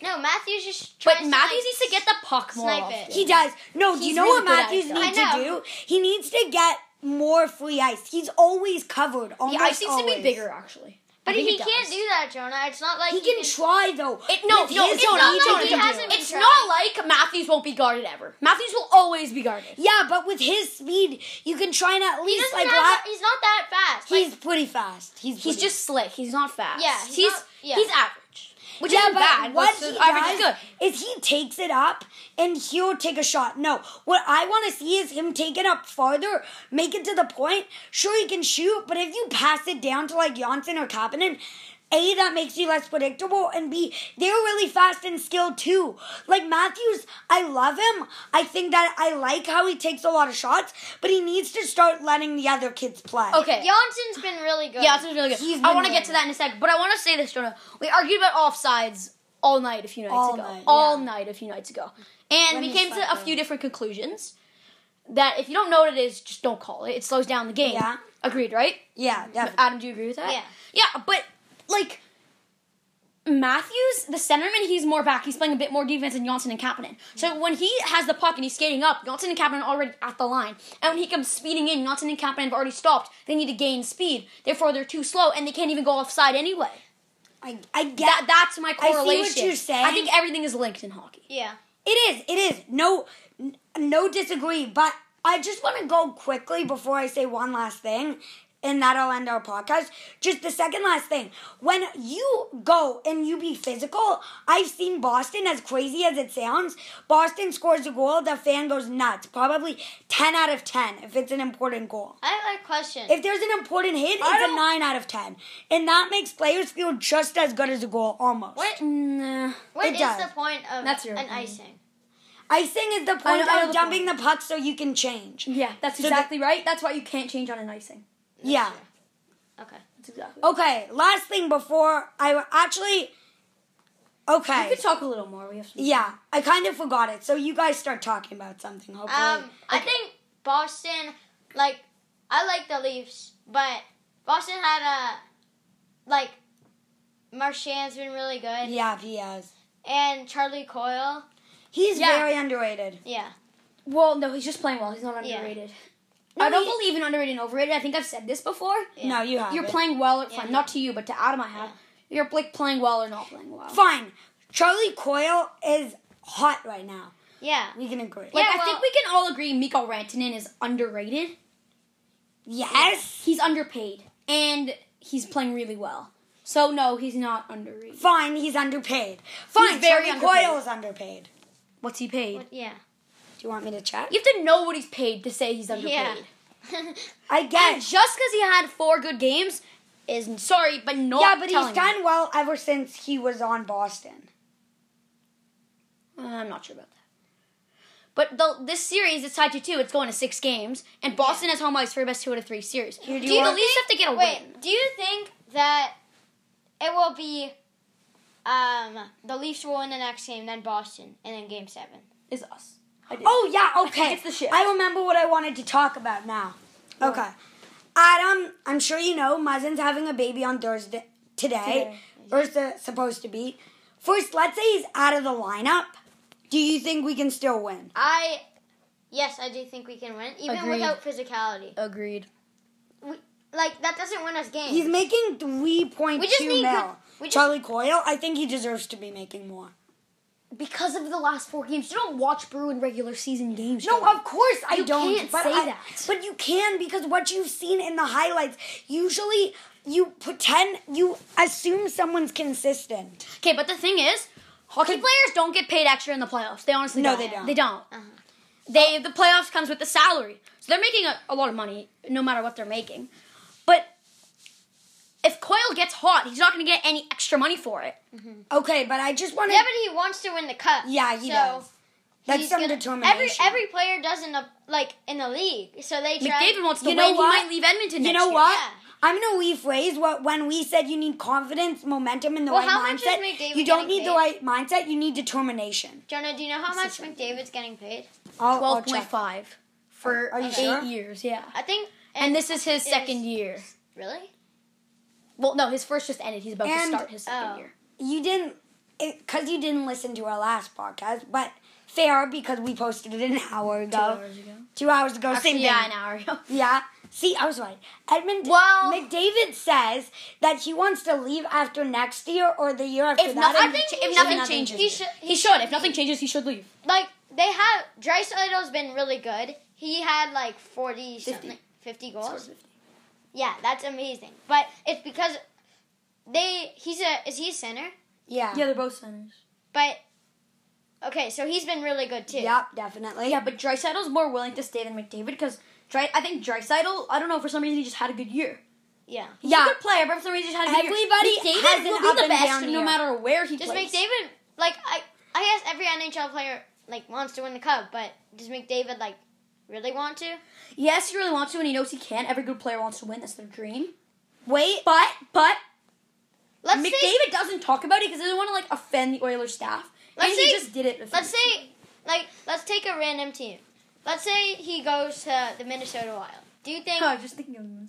[SPEAKER 2] no, Matthews just
[SPEAKER 6] But
[SPEAKER 2] tries
[SPEAKER 6] Matthews
[SPEAKER 2] to, like,
[SPEAKER 6] needs to get the puck more.
[SPEAKER 2] snipe
[SPEAKER 6] often.
[SPEAKER 2] it.
[SPEAKER 1] He does. No, do you
[SPEAKER 6] He's
[SPEAKER 1] know
[SPEAKER 6] really
[SPEAKER 1] what
[SPEAKER 6] good at
[SPEAKER 1] Matthews
[SPEAKER 6] it,
[SPEAKER 2] though.
[SPEAKER 1] needs
[SPEAKER 2] I
[SPEAKER 1] to
[SPEAKER 2] know.
[SPEAKER 1] do? He needs to get more free ice. He's always covered.
[SPEAKER 6] The
[SPEAKER 1] Almost
[SPEAKER 6] ice needs to be
[SPEAKER 1] always.
[SPEAKER 6] bigger, actually.
[SPEAKER 2] But
[SPEAKER 6] I think
[SPEAKER 2] he
[SPEAKER 6] it
[SPEAKER 2] can't
[SPEAKER 6] does.
[SPEAKER 2] do that, Jonah. It's not like
[SPEAKER 1] He can try though.
[SPEAKER 6] It, no,
[SPEAKER 1] With
[SPEAKER 6] no,
[SPEAKER 1] his
[SPEAKER 6] it's
[SPEAKER 1] speed,
[SPEAKER 6] not like
[SPEAKER 1] Jonah
[SPEAKER 6] he
[SPEAKER 1] can do
[SPEAKER 6] hasn't
[SPEAKER 1] it.
[SPEAKER 2] been
[SPEAKER 6] It's
[SPEAKER 2] tried.
[SPEAKER 6] not like Matthews won't be guarded ever. Matthews will always be guarded.
[SPEAKER 1] Yeah, but with his speed, you can try and at
[SPEAKER 2] He
[SPEAKER 1] least
[SPEAKER 2] doesn't
[SPEAKER 1] like.
[SPEAKER 2] have,
[SPEAKER 1] la-
[SPEAKER 2] he's not that fast. Like,
[SPEAKER 1] he's pretty fast. He's
[SPEAKER 6] He's
[SPEAKER 1] pretty-
[SPEAKER 6] just slick. He's not fast.
[SPEAKER 2] Yeah, he's
[SPEAKER 6] he's he's,
[SPEAKER 2] not- yeah.
[SPEAKER 6] average, which
[SPEAKER 1] yeah,
[SPEAKER 6] isn't
[SPEAKER 1] but
[SPEAKER 6] bad.
[SPEAKER 1] what
[SPEAKER 6] but
[SPEAKER 1] he
[SPEAKER 6] average is
[SPEAKER 1] does
[SPEAKER 6] good.
[SPEAKER 1] is he takes it up and he'll take a shot. No, what I want to see is him take it up farther, make it to the point. Sure, he can shoot, but if you pass it down to like Janssen or Kapanen, a that makes you less predictable, and b they're really fast and skilled too. Like Matthews, I love him. I think that I like how he takes a lot of shots, but he needs to start letting the other kids play.
[SPEAKER 6] Okay.
[SPEAKER 2] Janssen's been really good.
[SPEAKER 6] Yeah, that's really good.
[SPEAKER 1] He's
[SPEAKER 6] I
[SPEAKER 1] been
[SPEAKER 6] want to
[SPEAKER 1] really
[SPEAKER 6] get to that in a sec, but I want to say this, Jonah. We argued about offsides all night a few nights
[SPEAKER 1] All
[SPEAKER 6] ago.
[SPEAKER 1] night,
[SPEAKER 6] all
[SPEAKER 1] yeah.
[SPEAKER 6] night a few nights ago. And
[SPEAKER 1] When
[SPEAKER 6] we
[SPEAKER 1] is
[SPEAKER 6] came to a
[SPEAKER 1] that
[SPEAKER 6] few different conclusions that if you don't know what it is, just don't call it. It slows down the game.
[SPEAKER 1] Yeah.
[SPEAKER 6] Agreed, right?
[SPEAKER 1] Yeah, definitely.
[SPEAKER 6] Adam, do you agree with that?
[SPEAKER 2] Yeah.
[SPEAKER 6] Yeah, but like Matthews, the centerman, he's more back. He's playing a bit more defense than Johnson and Kapanen. So when he has the puck and he's skating up, Johnson and Kapanen are already at the line. And when he comes speeding in, Johnson and Kapanen have already stopped. They need to gain speed. Therefore, they're too slow and they can't even go offside anyway.
[SPEAKER 1] I, I get
[SPEAKER 6] That that's my
[SPEAKER 1] see what
[SPEAKER 6] correlation.
[SPEAKER 1] you're saying.
[SPEAKER 6] I think everything is linked in hockey.
[SPEAKER 2] Yeah.
[SPEAKER 1] It is. It is. No, n- no disagree. But I just want to go quickly before I say one last thing, and that'll end our podcast. Just the second last thing. When you go and you be physical, I've seen Boston. As crazy as it sounds, Boston scores a goal. The fan goes nuts. Probably ten out of ten if it's an important goal.
[SPEAKER 2] I have a question.
[SPEAKER 1] If there's an important hit,
[SPEAKER 6] I
[SPEAKER 1] it's a
[SPEAKER 6] don't-
[SPEAKER 1] nine out of ten, and that makes players feel just as good as a goal almost.
[SPEAKER 2] what
[SPEAKER 6] Nah.
[SPEAKER 2] what
[SPEAKER 1] it
[SPEAKER 2] is
[SPEAKER 1] does.
[SPEAKER 2] the point of
[SPEAKER 6] That's your
[SPEAKER 2] an
[SPEAKER 6] opinion.
[SPEAKER 2] icing?
[SPEAKER 1] Icing is the point
[SPEAKER 6] know
[SPEAKER 1] of
[SPEAKER 6] the
[SPEAKER 1] dumping the puck so you can change.
[SPEAKER 6] Yeah, that's
[SPEAKER 1] So the-
[SPEAKER 6] exactly right. That's why you can't change on an icing.
[SPEAKER 1] Yeah.
[SPEAKER 2] Okay.
[SPEAKER 6] That's exactly.
[SPEAKER 1] Okay, last thing before I actually.
[SPEAKER 6] We
[SPEAKER 1] Okay.
[SPEAKER 6] could talk a little more. We have some.
[SPEAKER 1] Yeah, I kind of forgot it. So you guys start talking about something, hopefully.
[SPEAKER 2] Um, I think Boston, like, I like the Leafs, but Boston had a, like, Marchand's been really good,
[SPEAKER 1] yeah, he has.
[SPEAKER 2] and Charlie Coyle,
[SPEAKER 1] He's
[SPEAKER 6] Yeah.
[SPEAKER 1] very underrated.
[SPEAKER 2] yeah,
[SPEAKER 6] Well, no, he's just playing well. He's not
[SPEAKER 2] Yeah.
[SPEAKER 6] underrated.
[SPEAKER 1] No,
[SPEAKER 6] I don't
[SPEAKER 1] he-
[SPEAKER 6] believe in underrated and overrated. I think I've said this before.
[SPEAKER 2] Yeah.
[SPEAKER 1] No, you have.
[SPEAKER 6] You're
[SPEAKER 1] it.
[SPEAKER 6] playing well or fine.
[SPEAKER 2] Yeah.
[SPEAKER 6] Not to you, but to Adam, I have. You're like playing well or not playing well.
[SPEAKER 1] Fine. Charlie Coyle is hot right now.
[SPEAKER 2] yeah.
[SPEAKER 1] We can agree.
[SPEAKER 6] Like
[SPEAKER 2] Yeah,
[SPEAKER 6] I
[SPEAKER 2] well-
[SPEAKER 6] think we can all agree, Miko Rantanen is underrated.
[SPEAKER 1] yes.
[SPEAKER 6] He's underpaid and he's playing really well. So no, he's not underrated.
[SPEAKER 1] Fine, he's underpaid. Fine,
[SPEAKER 6] very
[SPEAKER 1] Charlie
[SPEAKER 6] underpaid.
[SPEAKER 1] Coyle is underpaid.
[SPEAKER 6] What's he paid?
[SPEAKER 2] What- Yeah.
[SPEAKER 1] Do you want me to check?
[SPEAKER 6] You have to know what he's paid to say he's underpaid.
[SPEAKER 2] Yeah. [laughs]
[SPEAKER 1] I
[SPEAKER 6] And
[SPEAKER 1] guess.
[SPEAKER 6] just because he had four good games is sorry, but not.
[SPEAKER 1] Yeah, but he's
[SPEAKER 6] telling
[SPEAKER 1] done well ever since he was on Boston.
[SPEAKER 6] Uh, I'm not sure about that. But the, this series is tied to two. It's going to six games, and Boston has home ice for the best two out of three series. Do you,
[SPEAKER 1] do
[SPEAKER 6] the
[SPEAKER 1] want-
[SPEAKER 6] Leafs have to get a
[SPEAKER 2] Wait,
[SPEAKER 6] win?
[SPEAKER 2] do you think that it will be um the Leafs will win the next game, then Boston, and then Game Seven?
[SPEAKER 6] Is us? I did.
[SPEAKER 1] Oh yeah, okay.
[SPEAKER 6] it's the shit.
[SPEAKER 1] I remember what I wanted to talk about now. Okay. Adam, I'm sure you know Muzzin's having a baby on Thursday today. Ursa supposed to be. First, let's say he's out of the lineup. Do you think we can still win?
[SPEAKER 2] I yes, I do think we can win, even
[SPEAKER 6] Agreed.
[SPEAKER 2] without physicality.
[SPEAKER 6] agreed.
[SPEAKER 2] We, like that doesn't win us games.
[SPEAKER 1] He's making three point
[SPEAKER 2] We just
[SPEAKER 1] two
[SPEAKER 2] need
[SPEAKER 1] mil.
[SPEAKER 2] good- we just-
[SPEAKER 1] Charlie Coyle, I think he deserves to be making more.
[SPEAKER 6] Because of the last four games, you don't watch Bruin regular season games.
[SPEAKER 1] No,
[SPEAKER 6] Jordan.
[SPEAKER 1] of course I
[SPEAKER 6] You
[SPEAKER 1] don't.
[SPEAKER 6] can't
[SPEAKER 1] but
[SPEAKER 6] say
[SPEAKER 1] I-
[SPEAKER 6] that.
[SPEAKER 1] But you can because what you've seen in the highlights, usually you pretend you assume someone's consistent.
[SPEAKER 6] Okay, but the thing is, hockey players don't get paid extra in the playoffs. They honestly
[SPEAKER 1] No,
[SPEAKER 6] don't.
[SPEAKER 1] they don't. Uh-huh.
[SPEAKER 6] They don't. They the playoffs comes with the salary, so they're making a, a lot of money no matter what they're making. But if Coyle gets hot, he's not going to get any extra money for it.
[SPEAKER 1] Okay, but I just want to.
[SPEAKER 2] Yeah, but he wants to win the cup.
[SPEAKER 1] Yeah, he
[SPEAKER 2] so
[SPEAKER 1] does. That's
[SPEAKER 2] he's
[SPEAKER 1] some
[SPEAKER 2] gonna-
[SPEAKER 1] determination.
[SPEAKER 2] Every every player does in the like in the league, so they try.
[SPEAKER 6] McDavid wants to
[SPEAKER 1] You
[SPEAKER 6] win.
[SPEAKER 1] know
[SPEAKER 6] He
[SPEAKER 1] what?
[SPEAKER 6] might leave Edmonton.
[SPEAKER 1] you
[SPEAKER 6] next
[SPEAKER 1] know
[SPEAKER 6] year.
[SPEAKER 1] what?
[SPEAKER 2] yeah.
[SPEAKER 1] I'm gonna rephrase what when we said you need confidence, momentum, and the
[SPEAKER 2] Well,
[SPEAKER 1] right
[SPEAKER 2] how much is
[SPEAKER 1] mindset.
[SPEAKER 2] McDavid
[SPEAKER 1] you don't
[SPEAKER 2] getting
[SPEAKER 1] need the
[SPEAKER 2] paid?
[SPEAKER 1] right mindset. You need determination.
[SPEAKER 2] Jonah, do you know how much McDavid's getting paid?
[SPEAKER 1] I'll, I'll
[SPEAKER 6] Twelve
[SPEAKER 1] check.
[SPEAKER 6] point five for
[SPEAKER 1] Are you
[SPEAKER 6] eight
[SPEAKER 1] sure?
[SPEAKER 6] years. Yeah.
[SPEAKER 2] I think.
[SPEAKER 6] And this is his
[SPEAKER 2] Is-
[SPEAKER 6] second year.
[SPEAKER 2] Really?
[SPEAKER 6] Well, no, his first just ended. He's about to
[SPEAKER 1] And-
[SPEAKER 6] start his second
[SPEAKER 2] oh.
[SPEAKER 6] year.
[SPEAKER 1] You didn't, because you didn't listen to our last podcast, but fair because we posted it an hour ago. Two
[SPEAKER 6] hours ago.
[SPEAKER 1] Two hours ago. same
[SPEAKER 6] Actually,
[SPEAKER 1] thing.
[SPEAKER 6] yeah, an hour ago.
[SPEAKER 1] Yeah. See, I was right. Edmund
[SPEAKER 6] Well-
[SPEAKER 1] McDavid says that he wants to leave after next year or the year after
[SPEAKER 6] If
[SPEAKER 1] that.
[SPEAKER 6] nothing,
[SPEAKER 1] and-
[SPEAKER 6] cha- if
[SPEAKER 2] he
[SPEAKER 6] nothing
[SPEAKER 2] should-
[SPEAKER 6] changes,
[SPEAKER 2] he should-
[SPEAKER 6] [laughs] He should. If nothing changes, he should leave.
[SPEAKER 2] Like they have. Dreisaitl's been really good. He had like forty something, fifty goals. Yeah, that's amazing. But it's because they. He's a. Is he a center?
[SPEAKER 1] yeah.
[SPEAKER 6] they're both centers.
[SPEAKER 2] But okay, so he's been really good too.
[SPEAKER 1] Yep, definitely.
[SPEAKER 6] Yeah, but Dreisaitl's more willing to stay than McDavid because Dry, I think Dreisaitl, I don't know, for some reason he just had a good year.
[SPEAKER 2] Yeah.
[SPEAKER 6] He's
[SPEAKER 1] Yeah.
[SPEAKER 6] a good player, but for some reason he just had a good
[SPEAKER 1] Everybody
[SPEAKER 6] year. McDavid
[SPEAKER 1] has an
[SPEAKER 6] will be
[SPEAKER 1] up
[SPEAKER 6] the
[SPEAKER 1] and
[SPEAKER 6] best
[SPEAKER 1] down
[SPEAKER 6] no
[SPEAKER 1] year.
[SPEAKER 6] matter where he
[SPEAKER 2] Does
[SPEAKER 6] plays.
[SPEAKER 2] McDavid like I? I guess every NHL player like wants to win the cup, but does McDavid like really want to?
[SPEAKER 6] Yes, he really wants to, and he knows he can. Every good player wants to win. That's their dream.
[SPEAKER 1] Wait.
[SPEAKER 6] But but
[SPEAKER 2] Let's say
[SPEAKER 6] McDavid doesn't talk about it because he doesn't want to like offend the Oilers staff.
[SPEAKER 2] Let's
[SPEAKER 6] and he
[SPEAKER 2] say-
[SPEAKER 6] just did it. with
[SPEAKER 2] let's
[SPEAKER 6] him.
[SPEAKER 2] say like let's take a random team. Let's say he goes to the Minnesota Wild. Do you think
[SPEAKER 6] Oh, I was just thinking of him.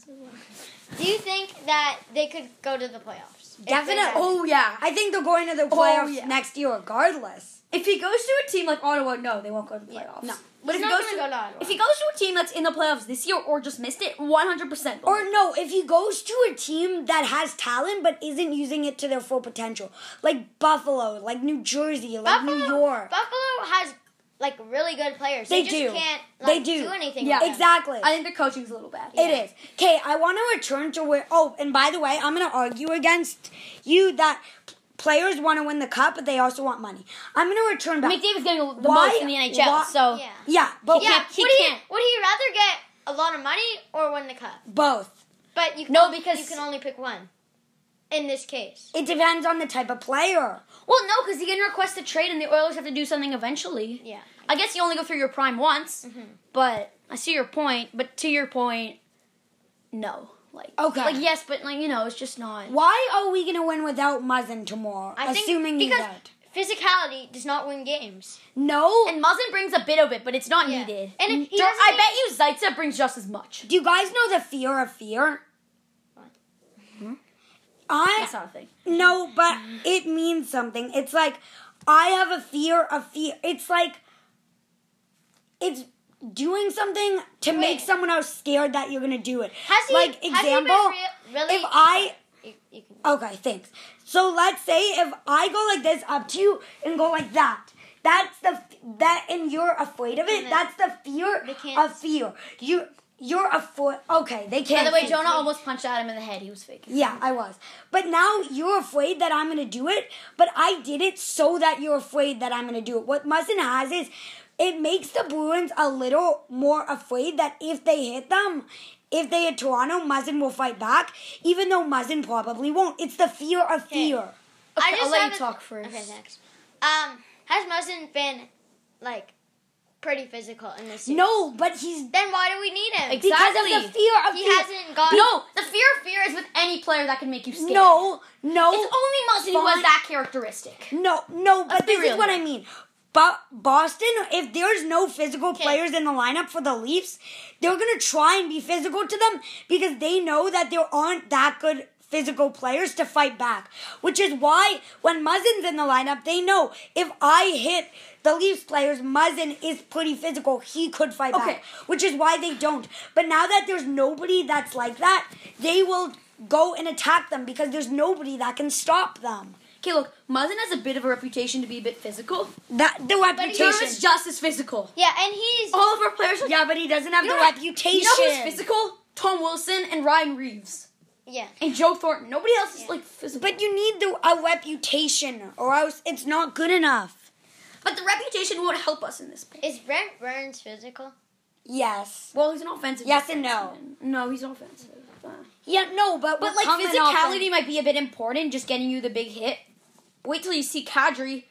[SPEAKER 2] do you think that they could go to the playoffs? If they
[SPEAKER 1] Definitely.
[SPEAKER 2] had-
[SPEAKER 6] Oh yeah.
[SPEAKER 1] I think they're going to the
[SPEAKER 6] Oh,
[SPEAKER 1] playoffs
[SPEAKER 6] yeah.
[SPEAKER 1] next year regardless.
[SPEAKER 6] If he goes to a team like Ottawa, no, they won't go to the
[SPEAKER 2] Yeah,
[SPEAKER 6] playoffs.
[SPEAKER 1] no.
[SPEAKER 6] But
[SPEAKER 2] He's
[SPEAKER 6] if he
[SPEAKER 2] not
[SPEAKER 6] goes to,
[SPEAKER 2] gonna go to Ottawa.
[SPEAKER 6] if he goes to a team that's in the playoffs this year or just missed it, one hundred percent.
[SPEAKER 1] Or no, if he goes to a team that has talent but isn't using it to their full potential. Like Buffalo, like New Jersey, like
[SPEAKER 2] Buffalo,
[SPEAKER 1] New York.
[SPEAKER 2] Buffalo has like really good players.
[SPEAKER 1] They
[SPEAKER 2] just
[SPEAKER 1] do.
[SPEAKER 2] Can't like,
[SPEAKER 1] They do.
[SPEAKER 2] anything.
[SPEAKER 6] Yeah.
[SPEAKER 2] with them.
[SPEAKER 1] exactly.
[SPEAKER 6] I think their coaching's a little bad.
[SPEAKER 1] It is. Okay, I want to return to where. Oh, and by the way, I'm going to argue against you that players want to win the cup, but they also want money. I'm going to return back.
[SPEAKER 6] McDavid's getting the
[SPEAKER 1] Why-
[SPEAKER 6] most in the NHL,
[SPEAKER 1] why-
[SPEAKER 6] so
[SPEAKER 2] Yeah.
[SPEAKER 1] yeah, but
[SPEAKER 2] Yeah.
[SPEAKER 6] He
[SPEAKER 2] would
[SPEAKER 6] can't.
[SPEAKER 2] he would he rather get a lot of money or win the cup?
[SPEAKER 1] both.
[SPEAKER 2] But you can
[SPEAKER 6] No,
[SPEAKER 2] only-
[SPEAKER 6] because-
[SPEAKER 2] you can only pick one. In this case,
[SPEAKER 1] It depends on the type of player.
[SPEAKER 6] well, no, because he can request a trade, and the Oilers have to do something eventually.
[SPEAKER 2] yeah.
[SPEAKER 6] I guess you only go through your prime once, but I see your point. But to your point, no, like
[SPEAKER 1] Okay.
[SPEAKER 6] like yes, but like you know, it's just not.
[SPEAKER 1] Why are we going to win without Muzzin tomorrow?
[SPEAKER 2] I think
[SPEAKER 1] assuming he's
[SPEAKER 2] because
[SPEAKER 1] out.
[SPEAKER 2] physicality does not win games.
[SPEAKER 1] No.
[SPEAKER 6] And Muzzin brings a bit of it, but it's not
[SPEAKER 2] Yeah.
[SPEAKER 6] needed.
[SPEAKER 2] And if he
[SPEAKER 6] Dur-
[SPEAKER 2] doesn't
[SPEAKER 6] I
[SPEAKER 2] need-
[SPEAKER 6] bet you Zaitsev brings just as much.
[SPEAKER 1] Do you guys know the fear of fear?
[SPEAKER 2] What?
[SPEAKER 1] I
[SPEAKER 6] That's not a thing.
[SPEAKER 1] No, but it means something. It's like I have a fear of fear. It's like it's doing something to make
[SPEAKER 2] Wait.
[SPEAKER 1] someone else scared that you're gonna do it.
[SPEAKER 2] Has he?
[SPEAKER 1] like
[SPEAKER 2] has he been
[SPEAKER 1] example,
[SPEAKER 2] re- really?
[SPEAKER 1] if I
[SPEAKER 2] You- you can-
[SPEAKER 1] okay, thanks. So let's say if I go like this up to you and go like that. That's the f- that and you're afraid of it.
[SPEAKER 2] No.
[SPEAKER 1] That's the fear
[SPEAKER 2] They can't
[SPEAKER 1] of fear. You you're afraid. Okay, they
[SPEAKER 6] By
[SPEAKER 1] can't.
[SPEAKER 6] the way,
[SPEAKER 1] see.
[SPEAKER 6] Jonah almost punched Adam in the head. He was faking.
[SPEAKER 1] Yeah, I was. But now you're afraid that I'm going to do it, but I did it so that you're afraid that I'm going to do it. What Muzzin has is it makes the Bruins a little more afraid that if they hit them, if they hit Toronto, Muzzin will fight back, even though Muzzin probably won't. It's the fear of fear.
[SPEAKER 2] I just
[SPEAKER 6] I'll let
[SPEAKER 2] have
[SPEAKER 6] you
[SPEAKER 2] a-
[SPEAKER 6] talk first.
[SPEAKER 2] Okay, thanks. Um, has Muzzin been like pretty physical in this? Series?
[SPEAKER 1] No, but he's
[SPEAKER 2] Then why do we need him?
[SPEAKER 6] Exactly.
[SPEAKER 1] because of the fear of
[SPEAKER 2] He
[SPEAKER 1] fear.
[SPEAKER 2] hasn't gotten.
[SPEAKER 6] No, the fear of fear is with any player that can make you scared.
[SPEAKER 1] No, no.
[SPEAKER 6] It's only Muzzin who
[SPEAKER 1] Fine.
[SPEAKER 6] has that characteristic.
[SPEAKER 1] No, no, but
[SPEAKER 6] Let's be
[SPEAKER 1] this is
[SPEAKER 6] real
[SPEAKER 1] what I
[SPEAKER 6] here.
[SPEAKER 1] mean. But Boston, if there's no physical players in the lineup for the Leafs, they're gonna try and be physical to them because they know that there aren't that good physical players to fight back. Which is why when Muzzin's in the lineup, they know if I hit the Leafs players, Muzzin is pretty physical. He could fight
[SPEAKER 6] Okay.
[SPEAKER 1] back. Which is why they don't. But now that there's nobody that's like that, they will go and attack them because there's nobody that can stop them.
[SPEAKER 6] Okay, look, Muzzin has a bit of a reputation to be a bit physical.
[SPEAKER 1] That the reputation.
[SPEAKER 6] Jonah's just as physical.
[SPEAKER 2] Yeah, and he's.
[SPEAKER 6] All of our players are.
[SPEAKER 1] yeah, but he doesn't have
[SPEAKER 6] You know
[SPEAKER 1] the
[SPEAKER 6] what-
[SPEAKER 1] reputation.
[SPEAKER 6] You know who's physical? Tom Wilson and Ryan Reeves.
[SPEAKER 2] Yeah.
[SPEAKER 6] and Joe Thornton. Nobody else is like physical.
[SPEAKER 1] But you need the, a reputation, or else it's not good enough.
[SPEAKER 6] But the reputation won't help us in this. Play.
[SPEAKER 2] Is Brent Burns physical?
[SPEAKER 1] Yes.
[SPEAKER 6] Well, he's an offensive.
[SPEAKER 1] Yes and no.
[SPEAKER 6] No, he's offensive.
[SPEAKER 1] Yeah, no, but
[SPEAKER 6] But like physicality might be a bit important, just getting you the big hit. Wait till you see Kadri.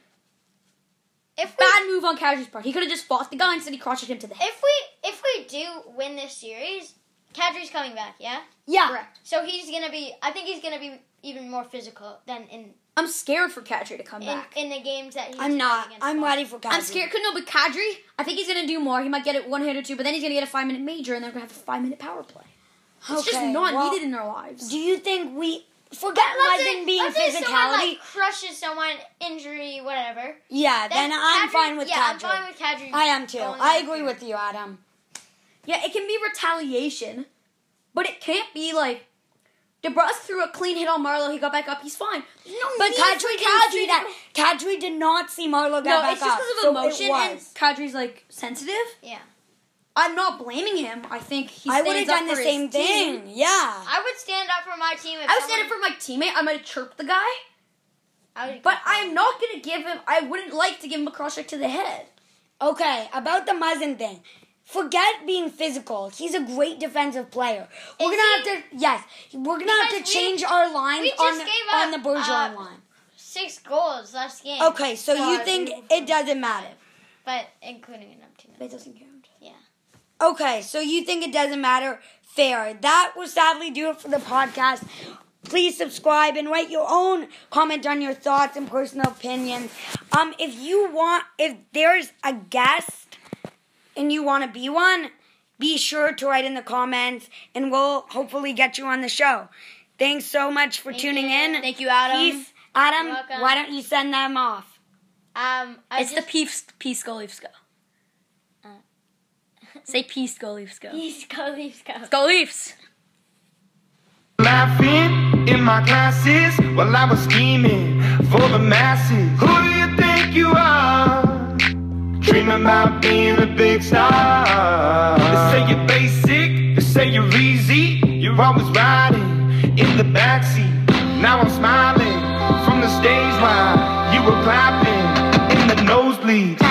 [SPEAKER 2] If we,
[SPEAKER 6] Bad move on Kadri's part. He could have just fought the guy instead he crotcheted him to the head.
[SPEAKER 2] if we if we do win this series, Kadri's coming back. Yeah.
[SPEAKER 1] Yeah.
[SPEAKER 6] Correct.
[SPEAKER 2] So he's gonna be. I think he's gonna be even more physical than in
[SPEAKER 6] I'm scared for Kadri to come
[SPEAKER 2] in,
[SPEAKER 6] back.
[SPEAKER 2] in the games that he's.
[SPEAKER 1] I'm not.
[SPEAKER 2] against
[SPEAKER 1] I'm
[SPEAKER 2] us.
[SPEAKER 1] ready for Kadri.
[SPEAKER 6] I'm scared. Could no, but Kadri. I think he's gonna do more. He might get it one hit or two, but then he's gonna get a five minute major, and they're gonna have a five minute power play. It's just
[SPEAKER 1] Okay,
[SPEAKER 6] not
[SPEAKER 1] well,
[SPEAKER 6] needed in their lives.
[SPEAKER 1] Do you think we forget
[SPEAKER 2] Let's
[SPEAKER 1] Levin
[SPEAKER 2] say-
[SPEAKER 1] being
[SPEAKER 2] let's say someone
[SPEAKER 1] physicality?
[SPEAKER 2] like crushes someone, injury, whatever.
[SPEAKER 1] yeah, then, I'm
[SPEAKER 2] Kadri-
[SPEAKER 1] fine with
[SPEAKER 2] yeah,
[SPEAKER 1] Kadri.
[SPEAKER 2] I'm fine with Kadri.
[SPEAKER 1] I am too.
[SPEAKER 2] going
[SPEAKER 1] I
[SPEAKER 2] back
[SPEAKER 1] agree
[SPEAKER 2] there.
[SPEAKER 1] with you, Adam.
[SPEAKER 6] Yeah, it can be retaliation, but it can't be like DeBrus threw a clean hit on Marlowe. He got back up. He's fine. There's No,
[SPEAKER 1] But
[SPEAKER 6] need
[SPEAKER 1] Kadri
[SPEAKER 6] for
[SPEAKER 1] didn't
[SPEAKER 6] Kadri
[SPEAKER 1] see
[SPEAKER 6] to-
[SPEAKER 1] that. Kadri did not see Marlo get
[SPEAKER 6] No,
[SPEAKER 1] back
[SPEAKER 6] it's just
[SPEAKER 1] up,
[SPEAKER 6] because
[SPEAKER 1] so
[SPEAKER 6] of
[SPEAKER 1] it
[SPEAKER 6] emotion and
[SPEAKER 1] was.
[SPEAKER 6] Kadri's like sensitive.
[SPEAKER 2] Yeah.
[SPEAKER 6] I'm not blaming him. I think he
[SPEAKER 1] I would have
[SPEAKER 6] stands up
[SPEAKER 1] done the
[SPEAKER 6] for his
[SPEAKER 1] same
[SPEAKER 6] team.
[SPEAKER 1] thing. Yeah.
[SPEAKER 2] I would stand up for my team. If
[SPEAKER 6] I would
[SPEAKER 2] someone,
[SPEAKER 6] stand up for my teammate. I might have chirped the guy,
[SPEAKER 2] I would,
[SPEAKER 6] but I'm not gonna give him. I wouldn't like to give him a cross check to the head.
[SPEAKER 1] Okay, about the Muzzin thing. Forget being physical. He's a great defensive player. We're
[SPEAKER 2] Is
[SPEAKER 1] gonna
[SPEAKER 2] he?
[SPEAKER 1] have to yes. We're gonna have to
[SPEAKER 2] Because we-
[SPEAKER 1] change our lines
[SPEAKER 2] we just
[SPEAKER 1] on the,
[SPEAKER 2] gave
[SPEAKER 1] on
[SPEAKER 2] up,
[SPEAKER 1] the Bergeron
[SPEAKER 2] uh,
[SPEAKER 1] line.
[SPEAKER 2] six goals last game.
[SPEAKER 1] Okay, so you
[SPEAKER 6] God,
[SPEAKER 1] think
[SPEAKER 6] we-
[SPEAKER 1] it doesn't matter?
[SPEAKER 2] But including an empty net.
[SPEAKER 6] It doesn't count.
[SPEAKER 2] Yeah.
[SPEAKER 1] Okay, so you think it doesn't matter? Fair. That will sadly do it for the podcast. Please subscribe and write your own comment on your thoughts and personal opinions. Um, if you want, if there's a guest and you want to be one, be sure to write in the comments, and we'll hopefully get you on the show. Thanks so much for tuning in.
[SPEAKER 6] Thank you, Adam.
[SPEAKER 1] Peace, Adam.
[SPEAKER 2] You're welcome.
[SPEAKER 1] Why don't you send them off?
[SPEAKER 2] Um. I
[SPEAKER 6] It's
[SPEAKER 2] just,
[SPEAKER 6] the peace, peace, go Leafs go. Say peace, go Leafs go.
[SPEAKER 2] Leafs go, Leafs go.
[SPEAKER 6] Go Leafs.
[SPEAKER 5] Laughing in my classes while I was scheming for the masses. Who do you think you are? Dreaming about being a big star. They say you're basic, they say you're easy. You're always riding in the backseat. Now I'm smiling from the stage while you were clapping in the nosebleeds.